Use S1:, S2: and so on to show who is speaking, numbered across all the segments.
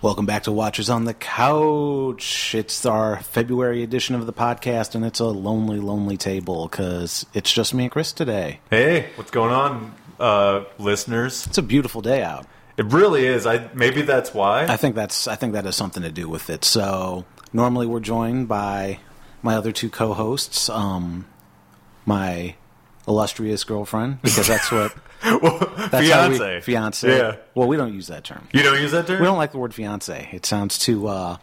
S1: Welcome back to Watchers on the Couch. It's our February edition of the podcast, and it's a lonely, lonely table because it's just me and Chris today.
S2: Hey, what's going on, uh, listeners?
S1: It's a beautiful day out.
S2: It really is. I maybe that's why.
S1: I think that's I think that has something to do with it. So normally we're joined by my other two co-hosts, um, my illustrious girlfriend, because that's what
S2: well,
S1: that's how we-
S2: fiance,
S1: fiance.
S2: Yeah,
S1: Well, we don't use that term.
S2: you don't use that term.
S1: We don't like the word fiance. It sounds too uh,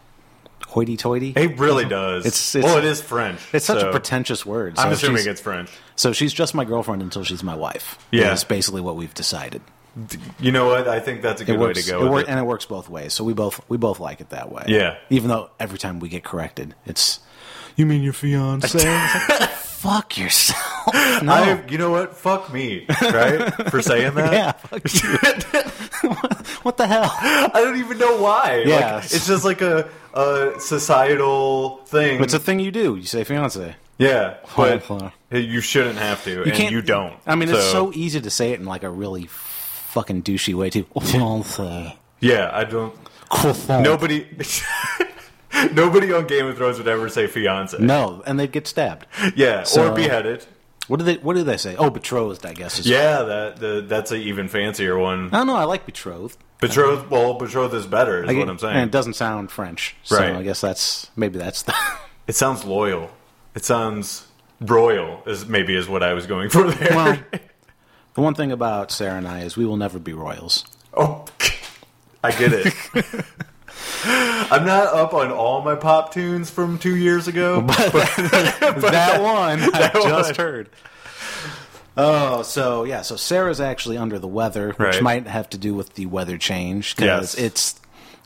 S1: hoity-toity.
S2: it really does.
S1: It's- it's-
S2: well, it is French.
S1: It's such
S2: so
S1: a pretentious word. So
S2: I'm assuming
S1: she's-
S2: it's French.
S1: So she's just my girlfriend until she's my wife.
S2: Yeah.
S1: that's basically what we've decided.
S2: You know what? I think that's a good way
S1: works,
S2: to go.
S1: it
S2: with
S1: wor-
S2: it.
S1: and it works both ways. So we both we both like it that way.
S2: Yeah.
S1: Even though every time we get corrected, it's you mean your fiance? It's like, Fuck yourself. No.
S2: I, you know what? Fuck me, right? For saying that.
S1: yeah. Fuck you. what the hell?
S2: I don't even know why.
S1: Yeah.
S2: Like, it's just like a, a societal thing.
S1: It's a thing you do. You say fiance.
S2: yeah, but
S1: Hold
S2: you shouldn't have to, and you don't.
S1: I mean, it's so easy to say it in like a really fucking douchey way too. Fiance.
S2: yeah. I don't. Nobody, nobody on Game of Thrones would ever say fiance.
S1: No, and they'd get stabbed.
S2: Yeah,
S1: So-
S2: or beheaded.
S1: What do they? What do they say? Oh, betrothed. I guess. Is
S2: Yeah, that the, that's an even fancier one.
S1: I don't know. I like betrothed.
S2: Betrothed. Well, betrothed is better. Is
S1: I
S2: what
S1: get-
S2: I'm
S1: And
S2: saying.
S1: it doesn't sound French, so
S2: Right.
S1: I guess that's maybe that's the.
S2: It sounds loyal. It sounds royal. Is maybe is what I was going for there.
S1: Well, the one thing about Sarah and I is we will never be royals.
S2: oh, I get it. I'm not up on all my pop tunes from two years ago.
S1: that one I
S2: one.
S1: just heard. Oh, so yeah, so Sarah's actually under the weather, which
S2: Right.
S1: might have to do with the weather change because
S2: Yes.
S1: it's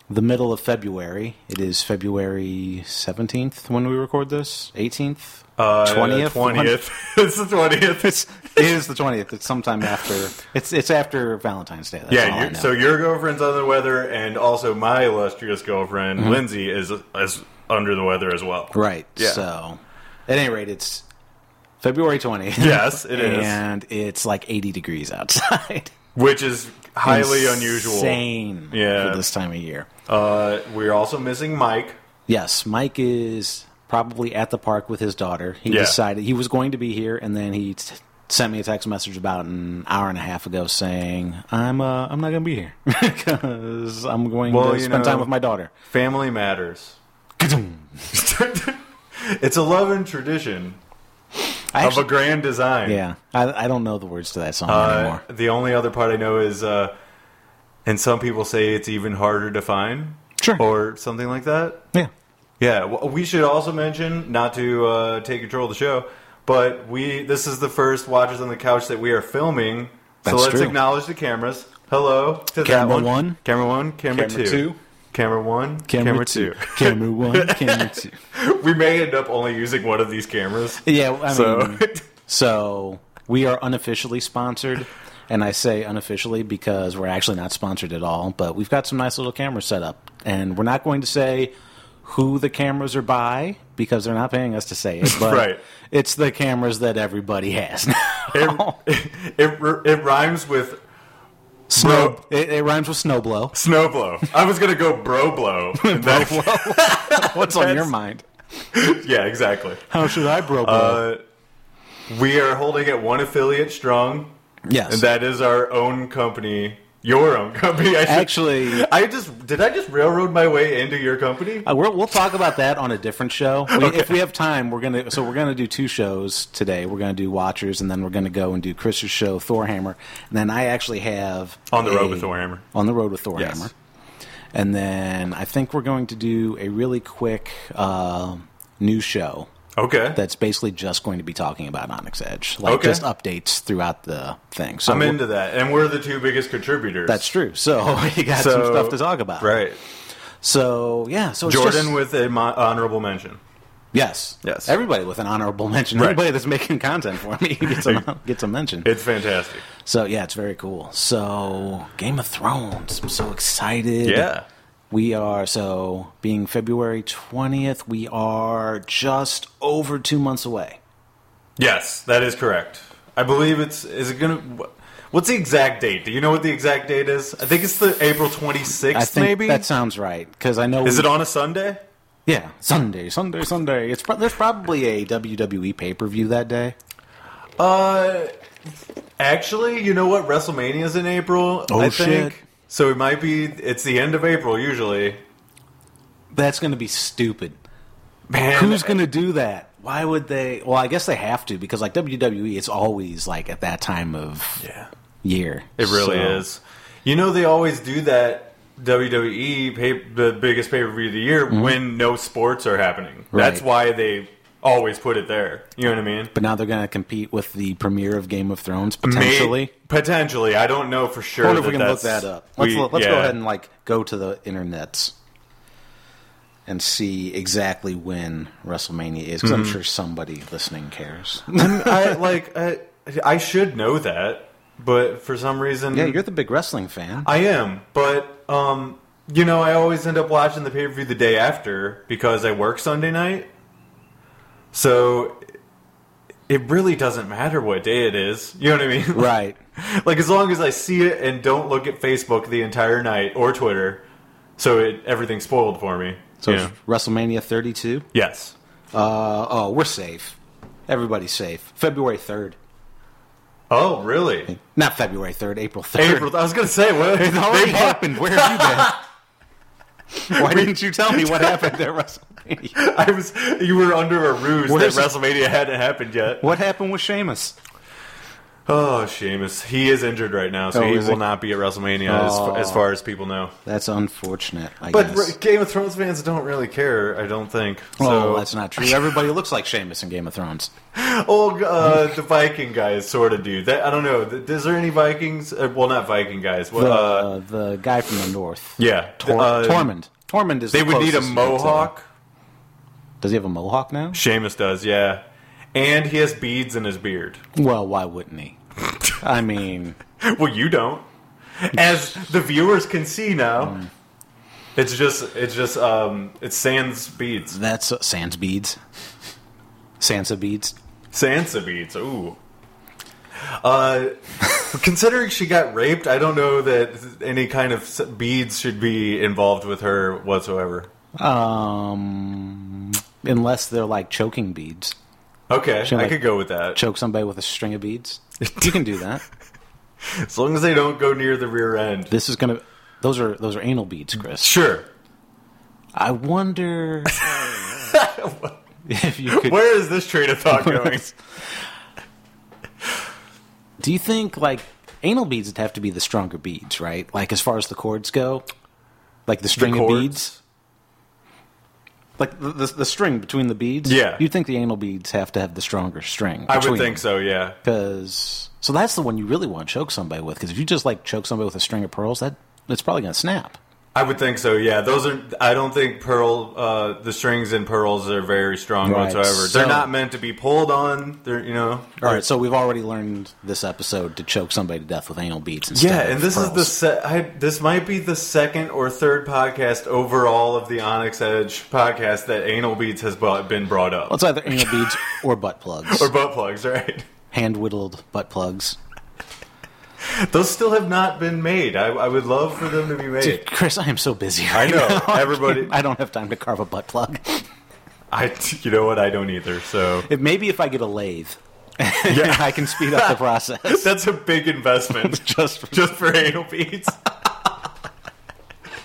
S1: the middle of February. It is February seventeenth when we record this. Eighteenth,
S2: Twentieth, Uh, twentieth. It's the twentieth.
S1: It's, it is the twentieth. It's sometime after. It's it's after Valentine's Day. That's all Oh, I
S2: Yeah, you
S1: know.
S2: so your girlfriend's under the weather, and also my illustrious girlfriend Lindsay is is under the weather as well.
S1: Mm-hmm. Right.
S2: Yeah.
S1: So, at any rate, it's February 20th.
S2: Yes, it is,
S1: and it's like 80 degrees outside.
S2: which is highly unusual.
S1: Insane
S2: Yeah.
S1: for this time of year.
S2: Uh, we're also missing Mike.
S1: Yes, Mike is probably at the park with his daughter. He
S2: Yeah.
S1: decided he was going to be here, and then he t- sent me a text message about an hour and a half ago saying, "I'm uh, I'm not going to be here because I'm going
S2: Well,
S1: to
S2: you
S1: spend
S2: know-
S1: time with my daughter."
S2: Family matters. it's a love and tradition
S1: I
S2: of a
S1: actually,
S2: grand design.
S1: yeah, I, I don't know the words to that song
S2: Uh,
S1: anymore.
S2: the only other part I know is, uh, and some people say it's even harder to find,
S1: Sure.
S2: or something like that.
S1: Yeah.
S2: Yeah, w- we should also mention not to uh, take control of the show, but we this is the first Watchers on the Couch that we are filming. so
S1: That's
S2: let's
S1: true.
S2: acknowledge the cameras. Hello to that
S1: Camera
S2: one.
S1: one.
S2: Camera one. Camera,
S1: Camera
S2: two.
S1: two.
S2: Camera one.
S1: Camera, two. Camera one. Camera two.
S2: we may end up only using one of these cameras.
S1: Yeah, I mean,
S2: So
S1: so. we are unofficially sponsored, and I say unofficially because we're actually not sponsored at all. But we've got some nice little cameras set up, and we're not going to say who the cameras are by because they're not paying us to say it. But
S2: Right.
S1: it's the cameras that everybody has. now.
S2: it, it, it rhymes with
S1: Snow. It, it rhymes with snowblow.
S2: snowblow. I was gonna go bro blow.
S1: What's on your mind?
S2: yeah, exactly.
S1: How should I bro blow?
S2: Uh, we are holding it one affiliate strong.
S1: yes.
S2: And that is our own company, your own company. I should-
S1: Actually,
S2: I just did. I just railroad my way into your company.
S1: Uh, we'll, we'll talk about that on a different show. We, If we have time, we're gonna. So we're gonna do two shows today. We're gonna do Watchers, and then we're gonna go and do Chris's show, Thorhammer. And then I actually have
S2: On the
S1: a-
S2: Road with Thorhammer.
S1: On the road with Thorhammer.
S2: Yes.
S1: And then I think we're going to do a really quick uh, new show
S2: Okay,
S1: that's basically just going to be talking about Onyx Edge, like
S2: Okay.
S1: just updates throughout the thing. So
S2: I'm
S1: we'll-
S2: into that, and we're the two biggest contributors.
S1: That's true. So you got some stuff to talk about,
S2: right?
S1: So yeah, so it's
S2: Jordan
S1: just-
S2: with an honorable mention.
S1: Yes.
S2: Yes.
S1: Everybody with an honorable mention.
S2: Right.
S1: Everybody that's making content for me gets a, gets a mention.
S2: It's fantastic.
S1: So, yeah, it's very cool. So, Game of Thrones. I'm so excited.
S2: Yeah.
S1: We are, so being February 20th, we are just over two months away.
S2: Yes, that is correct. I believe it's. Is it gonna? wh- What's the exact date? Do you know what the exact date is? I think it's the April 26th,
S1: I think
S2: maybe?
S1: that sounds right because I know.
S2: Is
S1: we-
S2: it on a Sunday?
S1: Yeah, Sunday, Sunday, Sunday. It's pro- there's probably a WWE pay per view that day.
S2: Uh, actually, you know what? WrestleMania's in April,
S1: Oh,
S2: I
S1: shit.
S2: think. So it might be, it's the end of April usually.
S1: That's going to be stupid.
S2: Man,
S1: Who's going to do that? Why would they? Well, I guess they have to because like WWE, it's always like at that time of
S2: Yeah.
S1: year.
S2: It really
S1: So-
S2: is. You know, they always do that WWE, pay, the biggest pay per view of the year, when no sports are happening. That's
S1: Mm-hmm. Right.
S2: why they always put it there. You know what I mean?
S1: But now they're going to compete with the premiere of Game of Thrones
S2: May-
S1: potentially.
S2: potentially. I don't know for sure.
S1: I wonder if
S2: that
S1: we can look
S2: that's-
S1: that up. Let's,
S2: we-
S1: look- let's go
S2: yeah.
S1: ahead and like go to the internets and see exactly when WrestleMania is because
S2: Mm-hmm.
S1: I'm sure somebody listening cares.
S2: I like. I, I should know that, but for some reason,
S1: yeah, you're the big wrestling fan.
S2: I am, but um, you know, I always end up watching the pay per view the day after because I work Sunday night. So it really doesn't matter what day it is. You know what I mean?
S1: right.
S2: like as long as I see it and don't look at Facebook the entire night or Twitter, so it everything's spoiled for me.
S1: So
S2: yeah.
S1: it's WrestleMania 32.
S2: yes.
S1: Uh, oh, we're safe. Everybody's safe. February 3rd.
S2: Oh, really?
S1: Not February 3rd, April 3rd.
S2: April. I was gonna say what
S1: It already happened. Where have you been? Why didn't you tell me what happened at WrestleMania?
S2: I was. You were under a ruse
S1: Where's-
S2: that WrestleMania hadn't happened yet.
S1: What happened with Sheamus?
S2: Oh, Sheamus. He is injured right now, so
S1: Oh,
S2: he
S1: is
S2: will
S1: he?
S2: not be at WrestleMania
S1: Oh.
S2: as, as far as people know.
S1: That's unfortunate, I
S2: But
S1: guess.
S2: re- Game of Thrones fans don't really care, I don't think.
S1: oh,
S2: So,
S1: that's not true. Everybody looks like Sheamus in Game of Thrones.
S2: old uh, the Viking guys sort of do that. I don't know. Th- Is there any Vikings? Uh, well, not Viking guys. Well,
S1: The,
S2: uh,
S1: the guy from the north.
S2: yeah,
S1: Tor-
S2: uh,
S1: Tormund. Tormund is.
S2: They
S1: the
S2: would need a
S1: closest thing to-
S2: mohawk.
S1: Does he have a mohawk now?
S2: Sheamus does, yeah, and he has beads in his beard.
S1: Well, why wouldn't he? I mean,
S2: Well, you don't. As the viewers can see now,
S1: Mm.
S2: it's just it's just um it's sans beads,
S1: that's uh, sans beads. Sansa beads.
S2: Sansa beads. Ooh. Uh, considering she got raped, I don't know that any kind of s- beads should be involved with her whatsoever.
S1: Um, unless they're like choking beads.
S2: Okay, I
S1: like-
S2: could go with that.
S1: Choke somebody with a string of beads. You can do that.
S2: As long as they don't go near the rear end.
S1: This is gonna. Those are those are anal beads, Chris.
S2: Sure.
S1: I wonder if you could.
S2: Where is this train of thought going?
S1: Do you think like anal beads would have to be the stronger beads, right? Like as far as the cords go, like the string of
S2: cords?
S1: beads, like the, the the string between the beads.
S2: Yeah.
S1: you think the anal beads have to have the stronger string?
S2: I would think so. Yeah.
S1: because so that's the one you really want to choke somebody with. Because if you just like choke somebody with a string of pearls, that it's probably gonna snap.
S2: I would think so. Yeah, those are. I don't think pearl. Uh, the strings and pearls are very strong
S1: Right,
S2: whatsoever.
S1: so-
S2: They're not meant to be pulled on. They're you know.
S1: All right, so we've already learned this episode to choke somebody to death with anal beads. Instead
S2: Yeah,
S1: of
S2: and this is the
S1: pearls.
S2: se- I, this might be the second or third podcast overall of the Onyx Edge podcast that anal beads has brought, been brought up
S1: Well, it's either anal beads or butt plugs,
S2: or butt plugs, right?
S1: hand whittled butt plugs.
S2: Those still have not been made. I, I would love for them to be made.
S1: Dude, Chris, I am so busy.
S2: I
S1: Right
S2: know,
S1: now. I
S2: everybody-
S1: can't- I don't have time to carve a butt plug.
S2: I you know what? I don't either. So
S1: If, maybe if I get a lathe, I can speed up the process.
S2: that's a big investment.
S1: Just for-
S2: just for anal beads.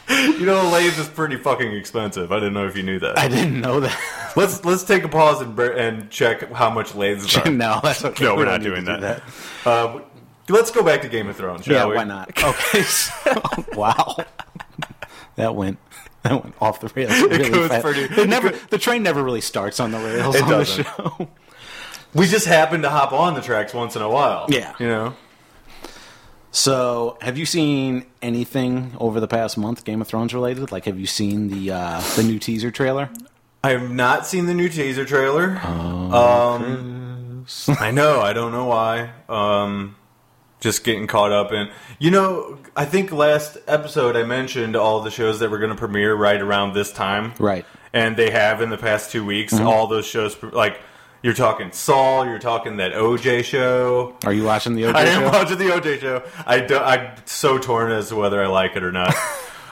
S2: you know, a lathe is pretty fucking expensive. I didn't know if you knew that.
S1: I didn't know that.
S2: Let's let's take a pause and br- and check how much lathes are.
S1: no, that's okay.
S2: No,
S1: We
S2: we're
S1: don't
S2: not
S1: need to
S2: doing
S1: do
S2: that. Um, let's go back to Game of Thrones. Shall
S1: Yeah,
S2: we?
S1: why not? Okay. So, wow, that went that went off the rails. Really
S2: goes
S1: fast.
S2: pretty-
S1: It never the train never really starts on the rails
S2: It
S1: on
S2: doesn't.
S1: the show.
S2: We just happen to hop on the tracks once in a while.
S1: Yeah.
S2: you know.
S1: So, have you seen anything over the past month Game of Thrones related? Like, have you seen the uh, the new teaser trailer?
S2: I have not seen the new teaser trailer.
S1: Oh,
S2: um, I know. I don't know why. Um, just getting caught up in. You know, I think last episode I mentioned all the shows that were going to premiere right around this time.
S1: Right. Mm-hmm.
S2: And they have in the past two weeks. All those shows, pre- like You're talking Saul. You're talking that OJ show.
S1: Are you watching the OJ
S2: I
S1: show?
S2: am watching the OJ show. I do, I'm so torn as to whether I like it or not.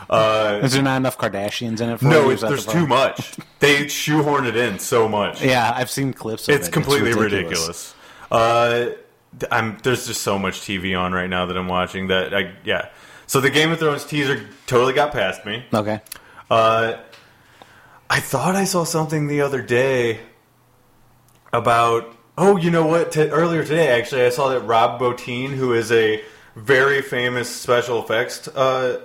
S2: Uh,
S1: Is there not enough Kardashians in it? For you?
S2: no,
S1: Is
S2: it's,
S1: that the
S2: there's
S1: problem?
S2: too much. They shoehorn it in so much.
S1: Yeah, I've seen clips. Of it.
S2: it's completely
S1: ridiculous.
S2: ridiculous. Uh, th- I'm there's just so much TV on right now that I'm watching that I yeah. So the Game of Thrones teaser totally got past me.
S1: Okay.
S2: Uh, I thought I saw something the other day about. Oh, you know what? T- earlier today, actually, I saw that Rob Bottin, who is a very famous special effects uh,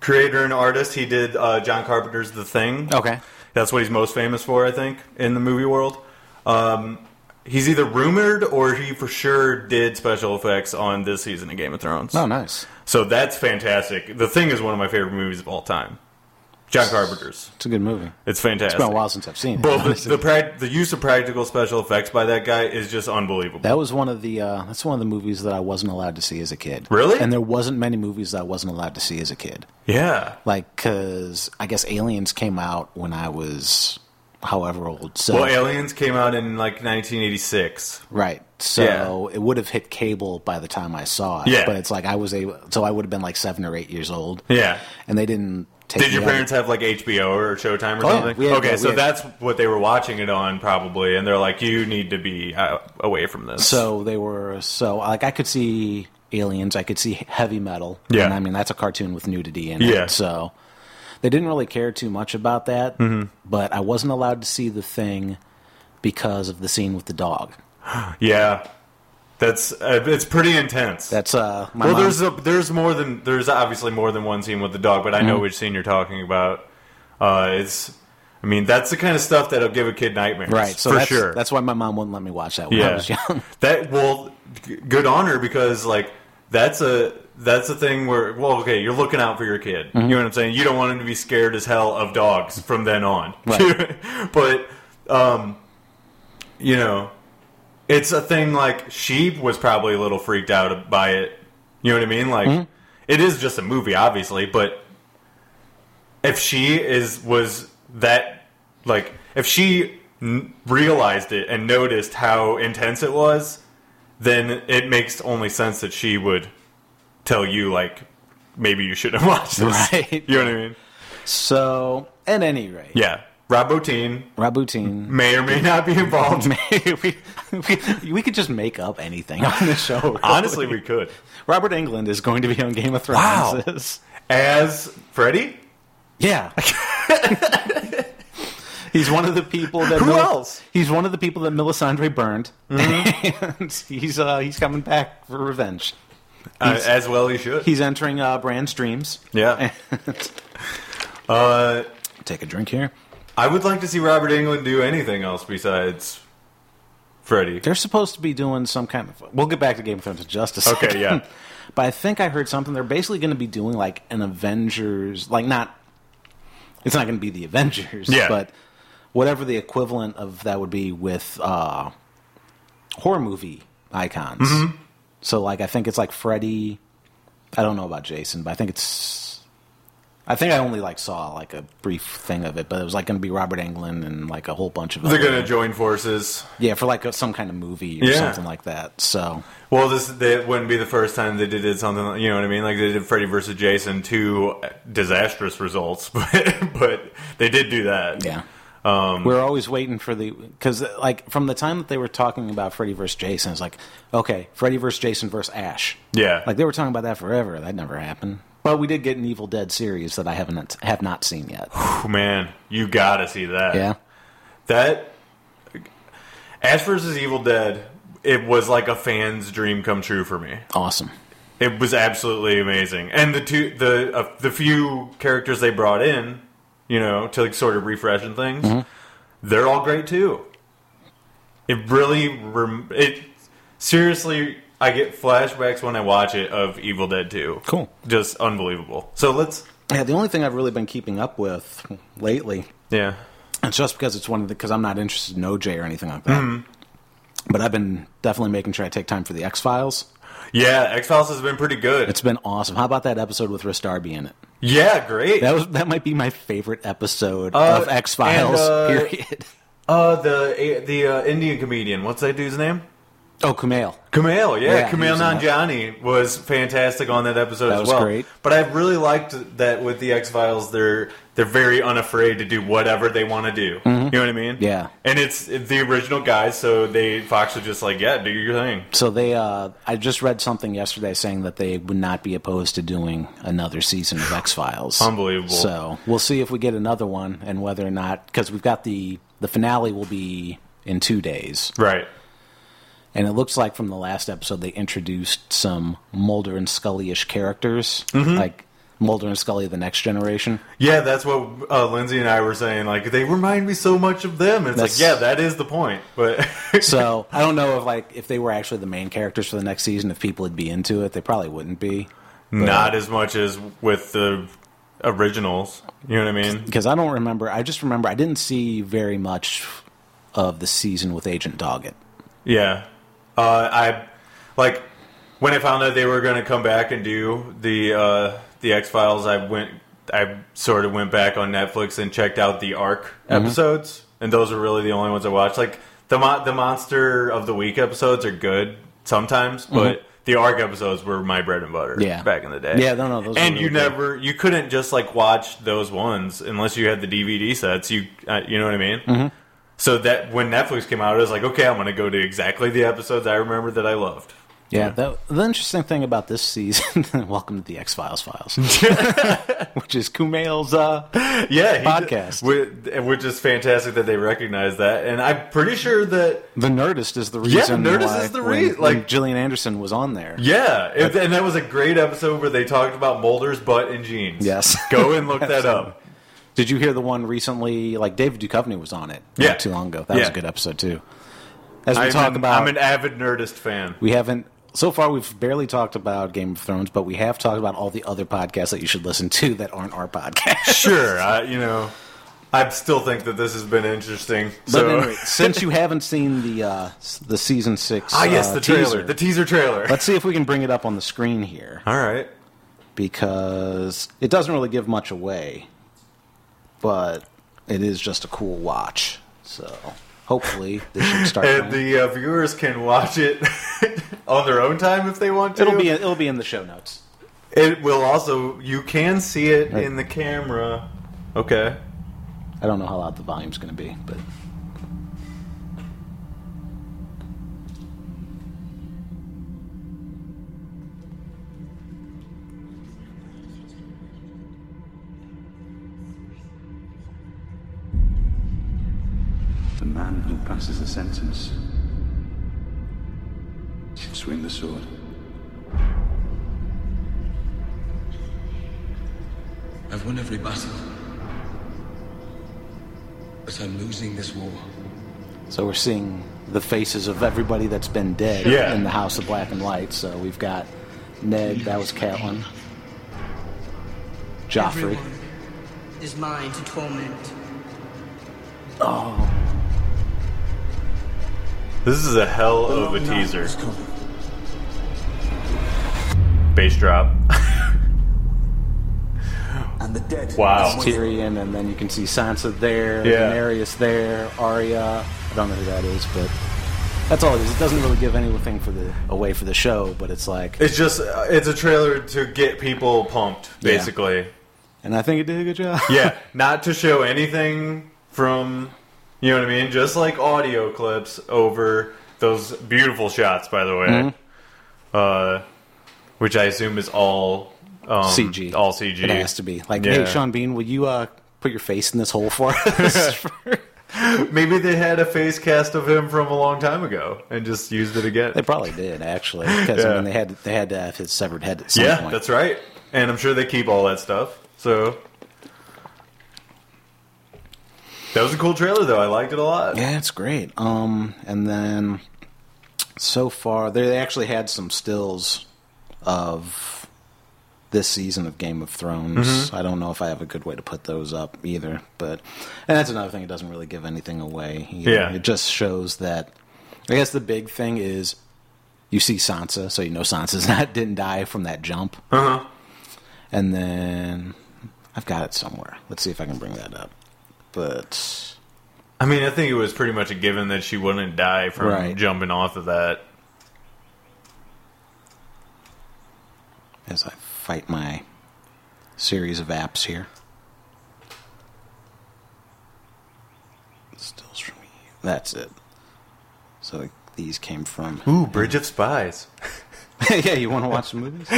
S2: creator and artist, he did uh, John Carpenter's The Thing.
S1: Okay.
S2: That's what he's most famous for, I think, in the movie world. Um, he's either rumored or he for sure did special effects on this season of Game of Thrones.
S1: Oh, nice.
S2: So that's fantastic. The Thing is one of my favorite movies of all time. John Carpenter's.
S1: It's a good movie.
S2: It's fantastic.
S1: It's been a while since I've seen it.
S2: Well, the,
S1: honestly.
S2: the, prac- the use of practical special effects by that guy is just unbelievable.
S1: that was one of the uh, that's one of the movies that I wasn't allowed to see as a kid.
S2: Really?
S1: And there wasn't many movies that I wasn't allowed to see as a kid.
S2: yeah.
S1: Like, cause I guess Aliens came out when I was however old. So
S2: Well, Aliens came out in like 1986.
S1: Right. So it would have hit cable by the time I saw it.
S2: Yeah.
S1: But it's like I was able, so I would have been like seven or eight years old.
S2: Yeah.
S1: And they didn't take
S2: Did your
S1: me out.
S2: parents have like HBO or Showtime or
S1: Oh, yeah.
S2: something?
S1: We had-
S2: okay,
S1: we
S2: so
S1: had-
S2: that's what they were watching it on probably, and they're like, "You need to be uh, away from this."
S1: So they were, so like I could see aliens, I could see heavy metal.
S2: Yeah.
S1: And I mean, that's a cartoon with nudity in
S2: Yeah.
S1: it. So they didn't really care too much about that.
S2: Mm-hmm.
S1: But I wasn't allowed to see the thing because of the scene with the dog.
S2: yeah, that's uh, it's pretty intense.
S1: That's, uh, my
S2: well,
S1: mom-
S2: there's a, there's more than there's obviously more than one scene with the dog, but I
S1: Mm-hmm.
S2: know which scene you're talking about. Uh, it's, I mean, that's the kind of stuff that'll give a kid nightmares,
S1: Right. So
S2: for
S1: that's,
S2: sure.
S1: that's why my mom wouldn't let me watch that when I was young.
S2: That well, g- good honor because like that's a that's a thing where well, okay, you're looking out for your kid.
S1: Mm-hmm.
S2: You know what I'm saying? You don't want him to be scared as hell of dogs from then on.
S1: Right.
S2: but um, you know, it's a thing like she was probably a little freaked out by it. You know what I mean? Like
S1: Mm-hmm.
S2: it is just a movie, obviously, but if she is was that like if she n- realized it and noticed how intense it was then it makes only sense that she would tell you like maybe you shouldn't watch this
S1: Right.
S2: you know what i mean
S1: So at any rate,
S2: yeah rob botine
S1: Rabutine.
S2: may or may not be involved
S1: we, we, we could just make up anything on this show. really.
S2: honestly we could
S1: Robert England is going to be on Game of Thrones.
S2: Wow. as freddy
S1: yeah. he's one of the people that
S2: Who else? Mm-hmm.
S1: He's one of the people that Melisandre burned, and he's uh, he's coming back for revenge.
S2: uh, as well he should
S1: He's entering uh, Brand's dreams.
S2: yeah uh
S1: Take a drink here.
S2: i would like to see robert england do anything else besides freddy
S1: They're supposed to be doing some kind of. We'll get back to Game of Thrones in just a
S2: Okay,
S1: second.
S2: yeah.
S1: but I think I heard something. They're basically going to be doing like an Avengers, like not. It's not going to be the Avengers,
S2: Yeah.
S1: but whatever the equivalent of that would be with uh, horror movie icons.
S2: Mm-hmm.
S1: So, like, I think it's like Freddy. I don't know about Jason, but I think it's. I think I only like saw like a brief thing of it, but it was like going to be Robert Englund and like a whole bunch of.
S2: they're
S1: other-
S2: gonna join forces
S1: yeah, for like a, some kind of movie or
S2: Yeah.
S1: something like that. So
S2: Well, this they, it wouldn't be the first time they did, did something. like- You know what I mean? Like they did Freddy versus Jason, two uh, disastrous results, but but they did do that.
S1: yeah,
S2: Um,
S1: we're always waiting for the because like from the time that they were talking about Freddy vs. Jason, it's like okay, Freddy vs. Jason vs. Ash.
S2: yeah.
S1: Like they were talking about that forever. That never happened. But we did get an Evil Dead series that I haven't have not seen yet.
S2: Phew, man, you gotta see that.
S1: Yeah,
S2: that Ash versus Evil Dead. It was like a fan's dream come true for me.
S1: awesome.
S2: It was absolutely amazing, and the two the uh, the few characters they brought in, you know, to like sort of refreshing things,
S1: Mm-hmm.
S2: they're all great too. It really rem- it seriously. I get flashbacks when I watch it of Evil Dead Two.
S1: Cool.
S2: just unbelievable. So let's
S1: Yeah, the only thing I've really been keeping up with lately
S2: yeah
S1: It's just because it's one of the because I'm not interested in OJ or anything like that.
S2: Mm-hmm.
S1: But I've been definitely making sure I take time for the X Files.
S2: yeah X Files has been pretty good.
S1: It's been awesome. How about that episode with Rhys Darby in it?
S2: yeah, great.
S1: That was that might be my favorite episode
S2: Uh,
S1: of X Files.
S2: and, uh,
S1: period.
S2: Uh, the the uh, Indian comedian. What's that dude's name?
S1: Oh, Kumail.
S2: Kamel, yeah,
S1: Yeah, he
S2: Kamel
S1: was in that.
S2: Nanjiani was fantastic on that episode
S1: That
S2: as
S1: was
S2: well.
S1: great.
S2: But I really liked that with the X Files, they're they're very unafraid to do whatever they want to do. You know what I mean?
S1: Mm-hmm. Yeah.
S2: And it's the original guys, so they Fox was just like, yeah, do your thing.
S1: So they, uh, I just read something yesterday saying that they would not be opposed to doing another season of X Files.
S2: Unbelievable.
S1: So we'll see if we get another one and whether or not because we've got the the finale will be in two days,
S2: Right.
S1: and it looks like from the last episode they introduced some Mulder and Scully ish characters, like Mulder and Scully, the Next Generation.
S2: Yeah, that's what uh, Lindsay and I were saying. Like they remind me so much of them. And it's
S1: That's-
S2: like, yeah, that is the point. But
S1: So I don't know if like if they were actually the main characters for the next season, if people would be into it. They probably wouldn't be.
S2: not as much as with the originals. You know what I mean?
S1: because I don't remember. I just remember I didn't see very much of the season with Agent Doggett.
S2: Yeah. Uh, I like when I found out they were going to come back and do the uh, the X Files. I went, I sort of went back on Netflix and checked out the Arc
S1: Mm-hmm.
S2: episodes, and those are really the only ones I watched. Like the mo- the Monster of the Week episodes are good sometimes, but the Arc episodes were my bread and butter.
S1: Mm-hmm. Yeah.
S2: back in the day.
S1: Yeah, no, no, those were
S2: and
S1: really
S2: you
S1: good.
S2: never, you couldn't just like watch those ones unless you had the DVD sets. You, uh, you know what I mean?
S1: Mm-hmm.
S2: So that when Netflix came out, I was like, okay, I'm going to go to exactly the episodes I remember that I loved.
S1: Yeah, that- the interesting thing about this season, welcome to the X Files files, which is Kumail's. Uh,
S2: Yeah, he-
S1: Podcast.
S2: whi- which is fantastic that they recognize that, and I'm pretty sure that
S1: the Nerdist is the reason.
S2: Nerdist
S1: why-
S2: is the
S1: when-
S2: rea-
S1: when
S2: like-
S1: Gillian Anderson was on there.
S2: yeah, if, and that was a great episode where they talked about Mulder's butt and jeans.
S1: Yes.
S2: go and look that up.
S1: Did you hear the one recently? Like David Duchovny was on it.
S2: Yeah.
S1: not too long ago. That was
S2: Yeah.
S1: a good episode too. As we
S2: I'm
S1: talk
S2: an,
S1: about,
S2: I'm an avid Nerdist fan.
S1: we haven't. So far, we've barely talked about Game of Thrones, but we have talked about all the other podcasts that you should listen to that aren't our podcast.
S2: Sure, I, you know, I still think that this has been interesting.
S1: But
S2: So,
S1: anyway, since you haven't seen the uh, s- the season six,
S2: ah, yes,
S1: uh,
S2: the trailer,
S1: teaser,
S2: the teaser trailer.
S1: let's see if we can bring it up on the screen here
S2: All right.
S1: because it doesn't really give much away, but it is just a cool watch. So hopefully this should start.
S2: And
S1: playing.
S2: the uh, viewers can watch it on their own time if they want to.
S1: it'll be it'll be in the show notes.
S2: It will also. You can see it in the camera. Okay.
S1: I don't know how loud the volume's going to be, but
S3: The man who passes the sentence should swing the sword.
S4: I've won every battle. But I'm losing this war.
S1: so we're seeing the faces of everybody that's been dead
S2: Yeah.
S1: in the House of Black and White. So we've got Ned. That was Catelyn. Joffrey.
S5: Everyone is mine to torment.
S2: This is a hell of a teaser. Bass drop.
S4: And the dead.
S2: Wow.
S1: Tyrion, and then you can see Sansa there,
S2: Yeah.
S1: Daenerys there, Arya. I don't know who that is, but that's all it is. It doesn't really give anything for the away for the show, but it's like,
S2: It's just. uh, It's a trailer to get people pumped,
S1: Yeah.
S2: basically.
S1: and I think it did a good job.
S2: yeah, not to show anything from, you know what I mean? Just like audio clips over those beautiful shots, by the way,
S1: Mm-hmm.
S2: uh, which I assume is all um,
S1: CG,
S2: all CG.
S1: It has to be like, hey,
S2: Yeah.
S1: Sean Bean, will you uh, put your face in this hole for us?
S2: Maybe they had a face cast of him from a long time ago and just used it again.
S1: they probably did actually, because I
S2: Yeah.
S1: mean, they had they had to have his severed head at some
S2: Yeah,
S1: point.
S2: that's right. And I'm sure they keep all that stuff. So that was a cool trailer, though. I liked it a lot.
S1: Yeah, it's great. Um, and then so far, they they actually had some stills of this season of Game of Thrones.
S2: Mm-hmm.
S1: I don't know if I have a good way to put those up either, but and that's another thing. It doesn't really give anything away. either.
S2: Yeah.
S1: it just shows that. I guess the big thing is you see Sansa, so you know Sansa's not didn't die from that jump. Uh huh.
S2: Uh-huh.
S1: And then I've got it somewhere. Let's see if I can bring that up. But
S2: I mean, I think it was pretty much a given that she wouldn't die from
S1: Right.
S2: jumping off of that.
S1: as I fight my series of apps here. Stills from you. That's it. So these came from.
S2: Ooh, Bridge of Spies.
S1: yeah, you want to watch the movies?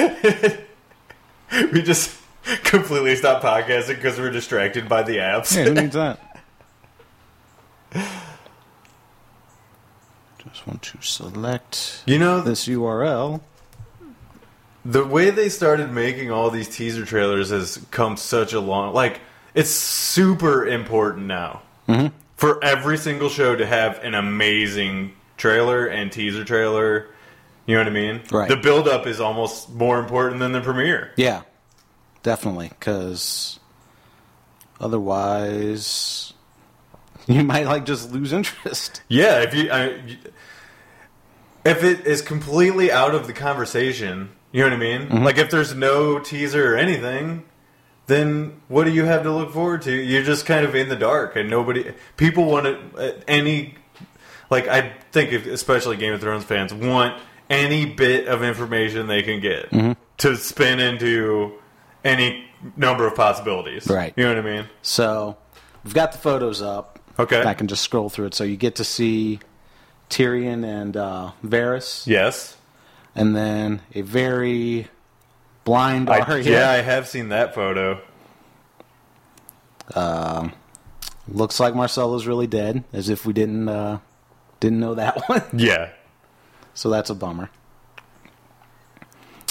S2: we just completely stopped podcasting because we're distracted by the apps.
S1: Yeah, who needs that? Just want to select
S2: You know,
S1: this URL.
S2: the way they started making all these teaser trailers has come such a long like it's super important now for every single show to have an amazing trailer and teaser trailer you know what i mean
S1: Right.
S2: the build up is almost more important than the premiere
S1: Yeah, definitely, because otherwise you might like just lose interest.
S2: yeah if you I, if it is completely out of the conversation you know what i mean like if there's no teaser or anything then what do you have to look forward to? You're just kind of in the dark, and nobody, people want to, uh, any, like, I think, if, especially Game of Thrones fans, want any bit of information they can get to spin into any number of possibilities.
S1: Right.
S2: You know what I mean?
S1: So we've got the photos up.
S2: Okay.
S1: I can just scroll through it. So you get to see Tyrion and uh, Varys,
S2: Yes.
S1: and then a very blind
S2: I,
S1: Arya.
S2: yeah, I have seen that photo.
S1: Looks like Marcelo's really dead, as if we didn't uh, didn't know that one.
S2: Yeah.
S1: So that's a bummer.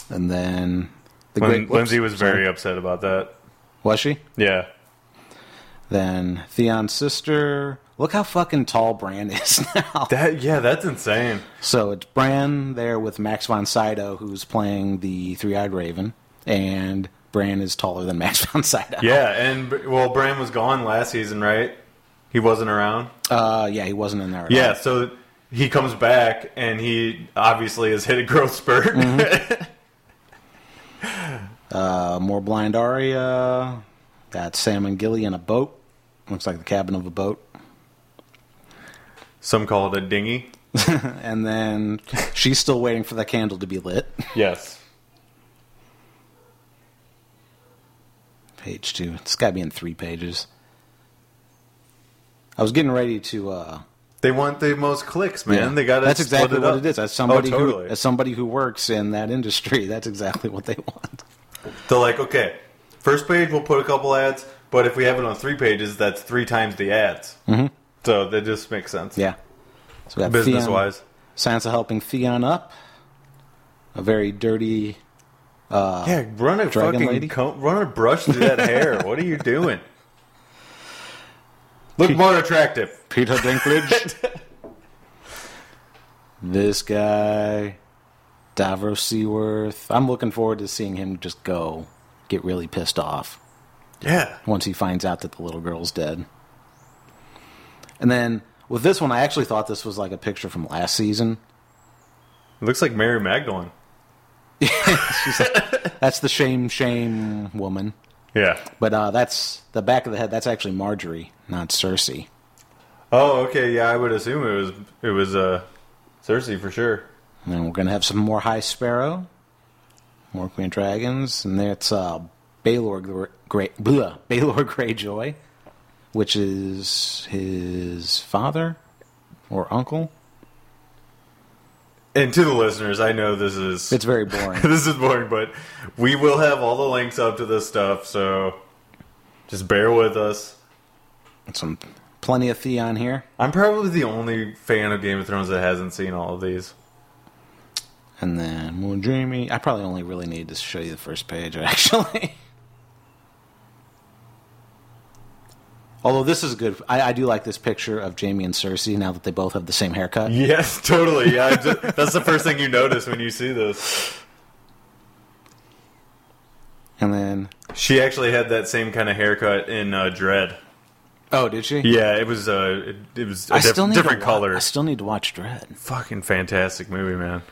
S1: And then the
S2: Lin-
S1: great whoops,
S2: Lindsay was very
S1: sorry.
S2: upset about that.
S1: was she?
S2: Yeah.
S1: Then Theon's sister. Look how fucking tall Bran is now.
S2: That yeah, that's insane.
S1: So it's Bran there with Max von Sydow, who's playing the Three-Eyed Raven, and Bran is taller than Max von Sydow.
S2: Yeah, Oh, and well, Bran was gone last season, right? He wasn't around.
S1: uh, yeah, he wasn't in there. At
S2: Yeah, so he comes back and he obviously has hit a growth spurt.
S1: Mm-hmm. all. Uh, more blind Arya. Got Sam and Gilly in a boat. Looks like the cabin of a boat.
S2: Some call it a dinghy.
S1: And then she's still waiting for the candle to be lit.
S2: Yes.
S1: Page two. It's got to be in three pages. I was getting ready to. Uh,
S2: They want the most clicks, man.
S1: Yeah.
S2: They got
S1: That's exactly what
S2: up.
S1: it is. As somebody
S2: oh,
S1: who
S2: totally.
S1: as somebody who works in that industry, that's exactly what they want.
S2: They're like, okay, first page we'll put a couple ads, but if we have it on three pages, that's three times the ads. Mm-hmm. So that just makes sense.
S1: Yeah. So we got
S2: Business
S1: Theon-
S2: wise,
S1: Sansa helping Theon up. A very dirty.
S2: yeah. Run a
S1: Dragon
S2: fucking
S1: Lady?
S2: comb- run a brush through that hair. What are you doing? Look more attractive.
S1: Peter Dinklage. this guy. Davros Seaworth. I'm looking forward to seeing him just go get really pissed off
S2: Yeah.
S1: once he finds out that the little girl's dead. And then with this one, I actually thought this was like a picture from last season.
S2: Looks like Mary Magdalene.
S1: That's the shame, shame woman.
S2: Yeah.
S1: But uh, that's the back of the head. That's actually Marjorie, not Cersei.
S2: Oh, okay. Yeah, I would assume it was it was uh, Cersei for sure.
S1: And then we're going to have some more High Sparrow, more Queen Dragons, and that's uh, Baylor, Gr- Grey, bleh, Baylor Greyjoy, which is his father or uncle.
S2: And to the listeners, I know this is
S1: It's very boring.
S2: this is boring, but we will have all the links up to this stuff, so just bear with us.
S1: some plenty of Theon here,
S2: I'm probably the only fan of Game of Thrones that hasn't seen all of these.
S1: and then more Jamie. I probably only really need to show you the first page, actually. Although this is good, I, I do like this picture of Jamie and Cersei now that they both have the same haircut.
S2: Yes, totally. Yeah, I'm just- that's the first thing you notice when you see this.
S1: And then,
S2: She actually had that same kind of haircut in uh, Dread.
S1: oh, did she?
S2: Yeah, it was uh, it, it was a
S1: I
S2: diff-
S1: still need
S2: different
S1: to wa-
S2: color.
S1: I still need to watch Dread.
S2: Fucking fantastic movie, man.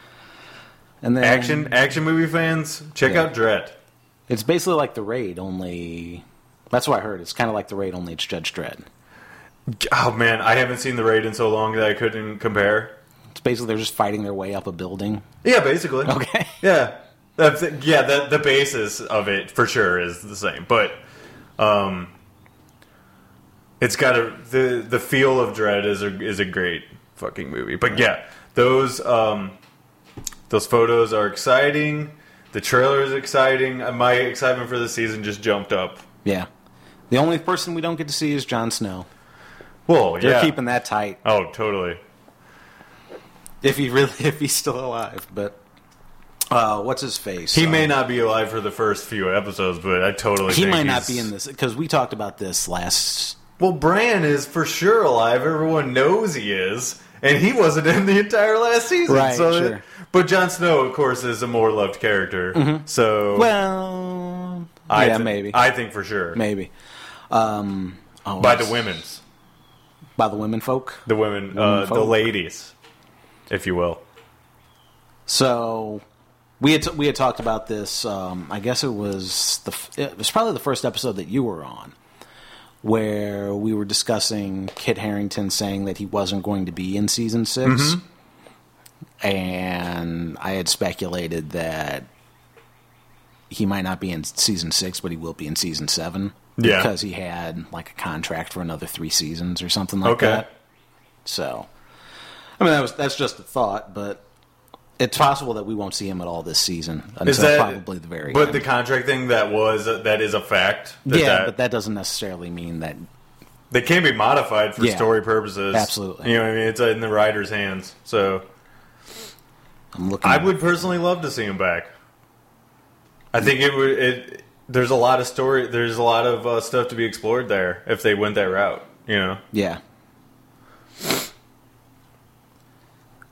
S1: And then
S2: Action action movie fans, check
S1: Yeah.
S2: out Dread.
S1: It's basically like the Raid, only that's what I heard. It's kind of like the Raid, only it's Judge Dredd.
S2: Oh man, I haven't seen the raid in so long that I couldn't compare.
S1: It's basically they're just fighting their way up a building.
S2: Yeah, basically.
S1: Okay.
S2: Yeah. That's yeah. The, the basis of it for sure is the same, but um, it's got a the the feel of dread is a is a great fucking movie. But yeah, those um, those photos are exciting. The trailer is exciting. Uh, My excitement for the season just jumped up.
S1: Yeah. The only person we don't get to see is Jon Snow.
S2: Whoa,
S1: They're
S2: yeah.
S1: keeping that tight
S2: oh, totally.
S1: if he really if he's still alive. But uh, what's his face?
S2: He
S1: Uh,
S2: may not be alive for the first few episodes, but I totally
S1: he
S2: think
S1: might not
S2: he's-
S1: be in this because we talked about this last.
S2: Well, Bran is for sure alive. Everyone knows he is, and he wasn't in the entire last season.
S1: Right,
S2: so
S1: sure.
S2: but Jon Snow, of course, is a more loved character. So
S1: Well,
S2: I
S1: Mm-hmm. yeah,
S2: thi-
S1: maybe,
S2: I think for sure
S1: maybe. Um, oh,
S2: by
S1: it's-
S2: the women's,
S1: by the women folk.
S2: the women, uh, the
S1: folk.
S2: ladies, if you will.
S1: So we had we had talked about this. Um, I guess it was the f- it was probably the first episode that you were on, where we were discussing Kit Harrington saying that he wasn't going to be in season 6
S2: Mm-hmm.
S1: and I had speculated that he might not be in season six, but he will be in season seven.
S2: Yeah.
S1: because he had like a contract for another three seasons or something like
S2: Okay.
S1: that. So, I mean, that was that's just a thought, but it's possible that we won't see him at all this season until
S2: Is that
S1: probably the very
S2: But
S1: end.
S2: the contract thing that was uh, that is a fact. That
S1: yeah,
S2: that,
S1: but that doesn't necessarily mean that.
S2: they can be modified for
S1: Yeah.
S2: story purposes.
S1: Absolutely.
S2: you know what I mean. It's in the writer's hands. So
S1: I'm looking.
S2: I would personally love to see him back. I think it would. It there's a lot of story. There's a lot of uh, stuff to be explored there if they went that route. You know.
S1: Yeah.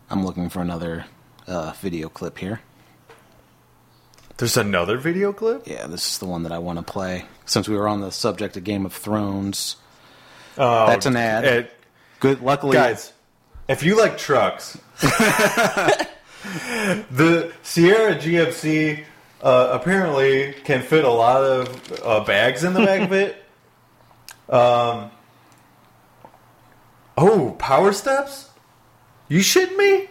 S1: I'm looking for another uh, video clip here.
S2: There's another video clip.
S1: Yeah, this is the one that I want to play. Since we were on the subject of Game of Thrones,
S2: Oh,
S1: That's an ad.
S2: it-
S1: good. Luckily,
S2: guys, if you like trucks, the Sierra GMC uh, apparently can fit a lot of uh, bags in the back of it. Um. Oh, power steps? You shitting me?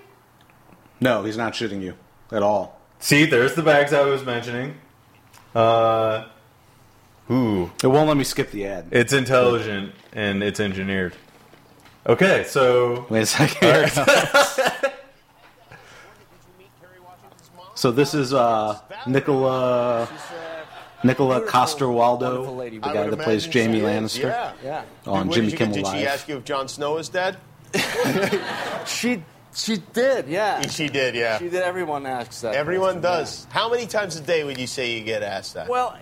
S1: no, he's not shooting you at all.
S2: See, there's the bags I was mentioning. Uh, ooh,
S1: It won't let me skip the ad.
S2: it's intelligent and it's engineered. Okay, so
S1: Wait a second. so this is uh, Nicola Nicola Coster Waldo,
S6: wonderful lady.
S1: the
S6: I
S1: guy that plays Jamie Lannister
S6: Yeah.
S1: on
S7: What
S1: Jimmy
S7: did you-
S1: Kimmel
S7: Did she
S1: Live.
S7: ask you if Jon Snow is dead?
S6: She she did, yeah.
S7: She did, yeah.
S6: She did. Everyone asks that.
S7: Everyone
S6: question, yeah.
S7: does. How many times a day would you say you get asked that?
S6: Well,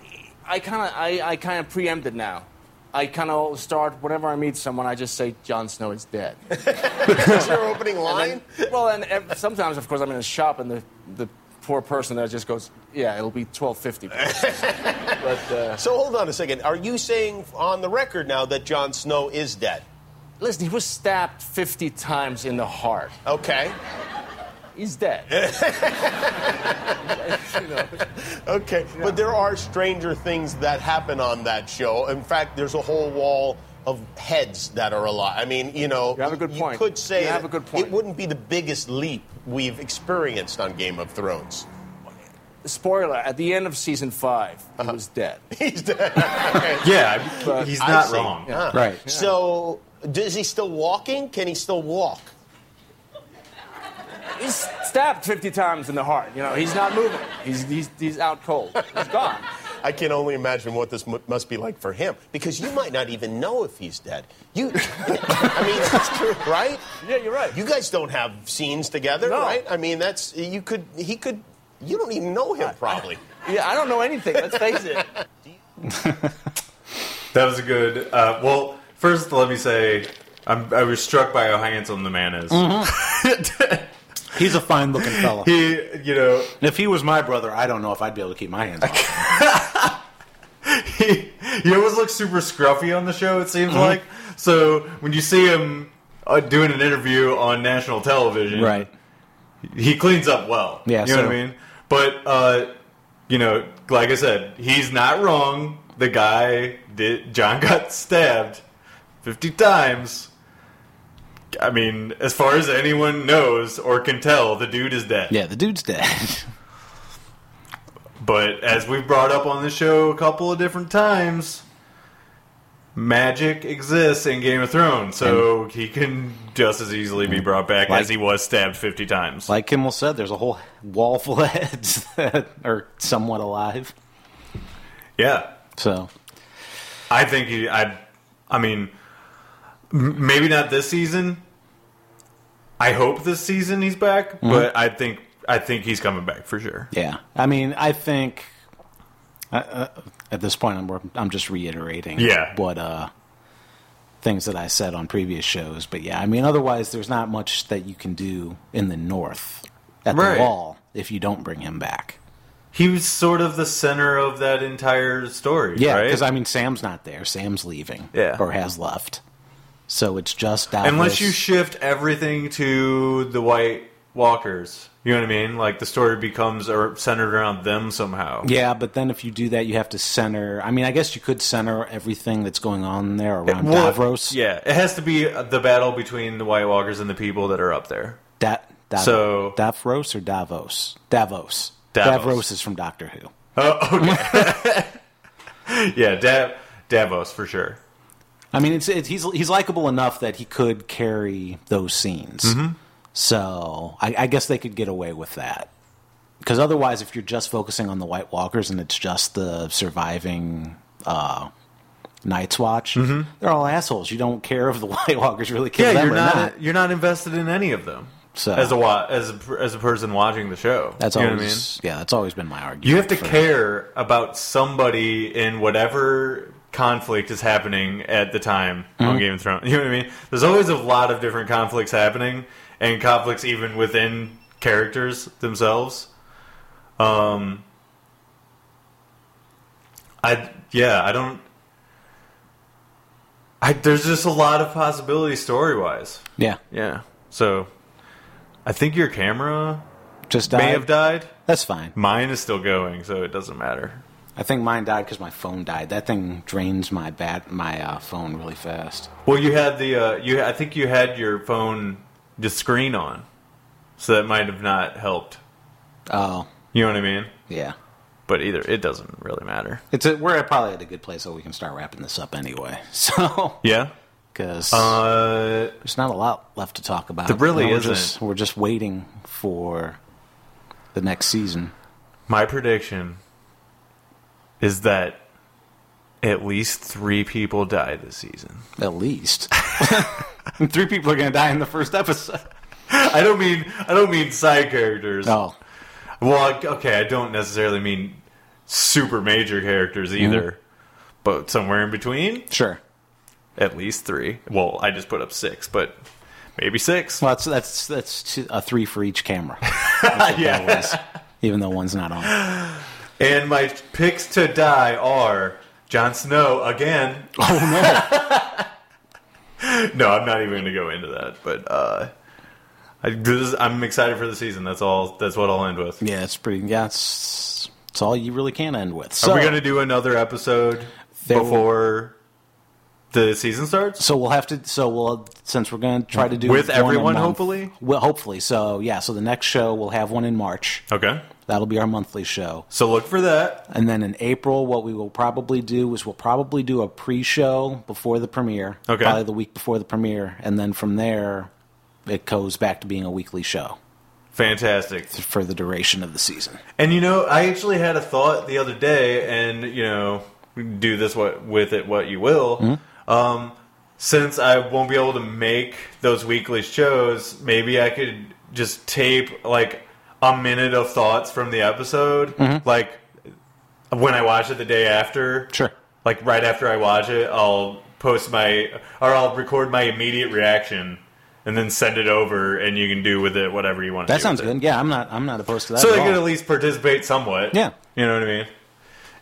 S6: I kind of I, I kind of preempted now. I kind of start whenever I meet someone, I just say Jon Snow is dead.
S7: That's your opening line?
S6: And then- well, and ev- sometimes, of course, I'm in a shop and the the poor person there just goes, yeah, it'll be twelve fifty. but uh,
S7: so hold on a second. Are you saying on the record now that Jon Snow is dead?
S6: listen, he was stabbed fifty times in the heart.
S7: Okay.
S6: He's dead. You know.
S7: Okay. But there are stranger things that happen on that show. In fact, there's a whole wall of heads that are alive. I mean, you know,
S6: You have a good point.
S7: could say
S6: You have
S7: that
S6: a good point.
S7: it wouldn't be the biggest leap we've experienced on Game of Thrones.
S6: Spoiler: At the end of season 5
S7: Uh-huh.
S6: he was dead.
S7: He's dead. Okay.
S2: yeah, I-
S6: But
S2: he's
S7: I
S2: not
S7: see.
S2: wrong.
S7: Huh.
S1: Right.
S7: So, is he still walking? Can he still walk?
S6: He's stabbed 50 times in the heart. You know, he's not moving. He's, he's, he's out cold. He's gone.
S7: I can only imagine what this m- must be like for him, because you might not even know if he's dead. You, I mean, that's true, right?
S6: Yeah, you're right.
S7: You guys don't have scenes together,
S6: No.
S7: right? I mean, that's you could, he could, you don't even know him probably.
S6: yeah, I don't know anything. Let's face it.
S2: That was a good. Uh, well, first let me say I'm, I was struck by how handsome the man is.
S7: Mm-hmm.
S1: He's a fine looking fella.
S2: He, you know,
S1: if he was my brother, I don't know if I'd be able to keep my hands off.
S2: he, he always looks super scruffy on the show. It seems
S7: Mm-hmm.
S2: like so when you see him uh, doing an interview on national television,
S1: him. Right.
S2: he cleans up well.
S1: Yeah,
S2: you know what
S1: so-
S2: I mean. But uh, you know, like I said, he's not wrong. The guy did. John got stabbed 50 times. I mean, as far as anyone knows or can tell, the dude is dead.
S1: Yeah, the dude's dead.
S2: But as we've brought up on the show a couple of different times, magic exists in Game of Thrones, so he can just as easily be brought back
S1: Like-
S2: as he was stabbed 50 times.
S1: like Kimmel said, there's a whole wall full of heads that are somewhat alive.
S2: yeah.
S1: So
S2: I think he, I, I mean, m- maybe not this season. I hope this season he's back,
S1: Mm-hmm.
S2: but I think I think he's coming back for sure.
S1: Yeah, I mean, I think uh, uh, at this point, I'm I'm just reiterating,
S2: Yeah.
S1: what uh, things that I said on previous shows. But yeah, I mean, otherwise, there's not much that you can do in the north at
S2: Right.
S1: the wall if you don't bring him back.
S2: He was sort of the center of that entire story.
S1: Yeah,
S2: right?
S1: because I mean, Sam's not there. Sam's leaving,
S2: Yeah.
S1: or has left. So it's just Davos.
S2: Unless you shift everything to the White Walkers, you know what I mean? Like the story becomes ar- centered around them somehow.
S1: yeah, but then if you do that, you have to center. I mean, I guess you could center everything that's going on there around
S2: Well,
S1: Davros.
S2: Yeah, it has to be uh, the battle between the White Walkers and the people that are up there.
S1: Da- Dav-
S2: So-
S1: Davros or Davos? Davos.
S2: Davos.
S1: Davros is from Doctor Who.
S2: Yeah, Dav- Davos for sure.
S1: I mean, it's, it's he's he's likable enough that he could carry those scenes.
S2: Mm-hmm.
S1: So I, I guess they could get away with that. Because otherwise, if you're just focusing on the White Walkers and it's just the surviving uh, Night's Watch, they're all assholes. You don't care if the White Walkers really kill
S2: Mm-hmm. Yeah,
S1: them
S2: you're
S1: or
S2: not,
S1: not.
S2: you're not invested in any of them.
S1: So-
S2: as a wa- as a, per- as a person watching the show,
S1: That's
S2: you know
S1: always
S2: what I mean?
S1: yeah. That's always been my argument.
S2: You have to
S1: for-
S2: care about somebody in whatever conflict is happening at the time on
S1: Mm-hmm.
S2: Game of Thrones. You know what I mean? There's always a lot of different conflicts happening, and conflicts even within characters themselves. Um, I yeah, I don't. I there's just a lot of possibilities story wise.
S1: Yeah,
S2: Yeah, so I think your camera
S1: just
S2: may
S1: died.
S2: have died.
S1: That's fine.
S2: Mine is still going, so it doesn't matter.
S1: I think mine died because my phone died. That thing drains my bat, my uh, phone really fast.
S2: Well, you had the uh, you. I think you had your phone the screen on, so that might have not helped.
S1: Oh,
S2: You know what I mean?
S1: yeah.
S2: But either it doesn't really matter.
S1: It's a, we're probably at a good place that we can start wrapping this up anyway. So,
S2: Yeah.
S1: because
S2: Uh,
S1: there's not a lot left to talk about.
S2: There really
S1: we're
S2: isn't.
S1: Just, we're just waiting for the next season.
S2: my prediction is that at least three people die this season.
S1: At least three people are going to die in the first episode.
S2: I don't mean I don't mean side characters.
S1: Oh,
S2: Well, I- okay, I don't necessarily mean super major characters either,
S1: Mm-hmm.
S2: but somewhere in between.
S1: sure.
S2: at least three. Well, I just put up six, but maybe six.
S1: Well, that's that's that's two, a three for each camera. That's what
S2: Yeah.
S1: that was, even though one's not on.
S2: And my picks to die are Jon Snow again.
S1: Oh no!
S2: No, I'm not even going to go into that. But uh, I, this is, I'm excited for the season. That's all. That's what I'll end with.
S1: yeah, it's pretty. Yeah, it's, it's all you really can end with. So,
S2: Are we going to do another episode
S1: There will-
S2: before the season starts?
S1: so we'll have to. So we'll since we're going to try to do
S2: With
S1: one a
S2: everyone,
S1: month-
S2: hopefully?
S1: Well, hopefully. So yeah. So the next show we'll have one in March.
S2: Okay.
S1: That'll be our monthly show.
S2: So look for that.
S1: And then in April, what we will probably do is we'll probably do a pre-show before the premiere.
S2: Okay.
S1: Probably the week before the premiere, and then from there, it goes back to being a weekly show.
S2: Fantastic.
S1: for the duration of the season.
S2: And you know, I actually had a thought the other day, and you know, do this what with it what you will. Um, since I won't be able to make those weekly shows, maybe I could just tape like a minute of thoughts from the episode, like when I watch it the day after.
S1: Sure.
S2: Like right after I watch it, I'll post my or I'll record my immediate reaction. And then send it over, and you can do with it whatever you want to
S1: That
S2: do.
S1: sounds
S2: with it.
S1: good. Yeah, I'm not. I'm not opposed to that.
S2: So
S1: at
S2: they could
S1: all.
S2: at least participate somewhat.
S1: Yeah.
S2: You know what I mean?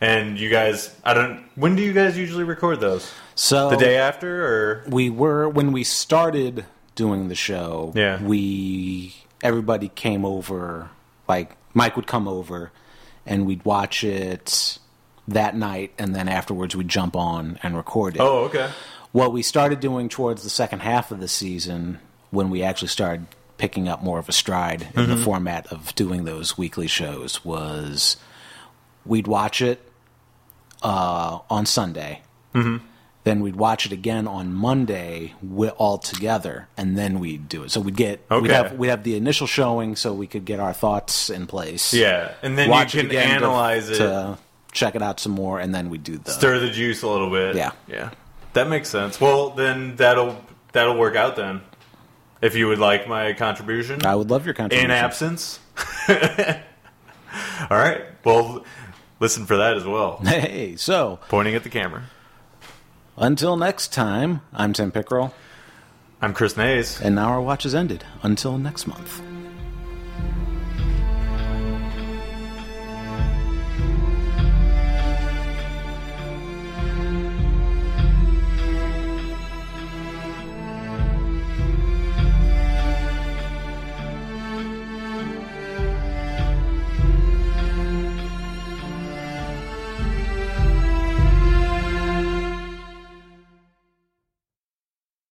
S2: And you guys, I don't. When do you guys usually record those?
S1: so
S2: The day after, or
S1: we were when we started doing the show.
S2: Yeah.
S1: we everybody came over. Like Mike would come over, and we'd watch it that night, and then afterwards we'd jump on and record it.
S2: oh, okay.
S1: what we started doing towards the second half of the season when we actually started picking up more of a stride in the
S2: Mm-hmm.
S1: format of doing those weekly shows was we'd watch it uh, on Sunday.
S2: Mm-hmm.
S1: Then we'd watch it again on Monday wi- all together, and then we'd do it. So we'd get we'd
S2: Okay.
S1: have we'd have the initial showing, so we could get our thoughts in place.
S2: Yeah, and then you can
S1: to-
S2: analyze it.
S1: to uh, check it out some more, and then we do the
S2: Stir the juice a little bit.
S1: Yeah.
S2: yeah, that makes sense. Well, then that'll that'll work out then. If you would like my contribution,
S1: I would love your contribution.
S2: in absence. All right. Well, listen for that as well.
S1: Hey, so
S2: Pointing at the camera.
S1: until next time, I'm Tim Pickrell,
S2: I'm Chris Nays.
S1: and now our watch is ended. Until next month.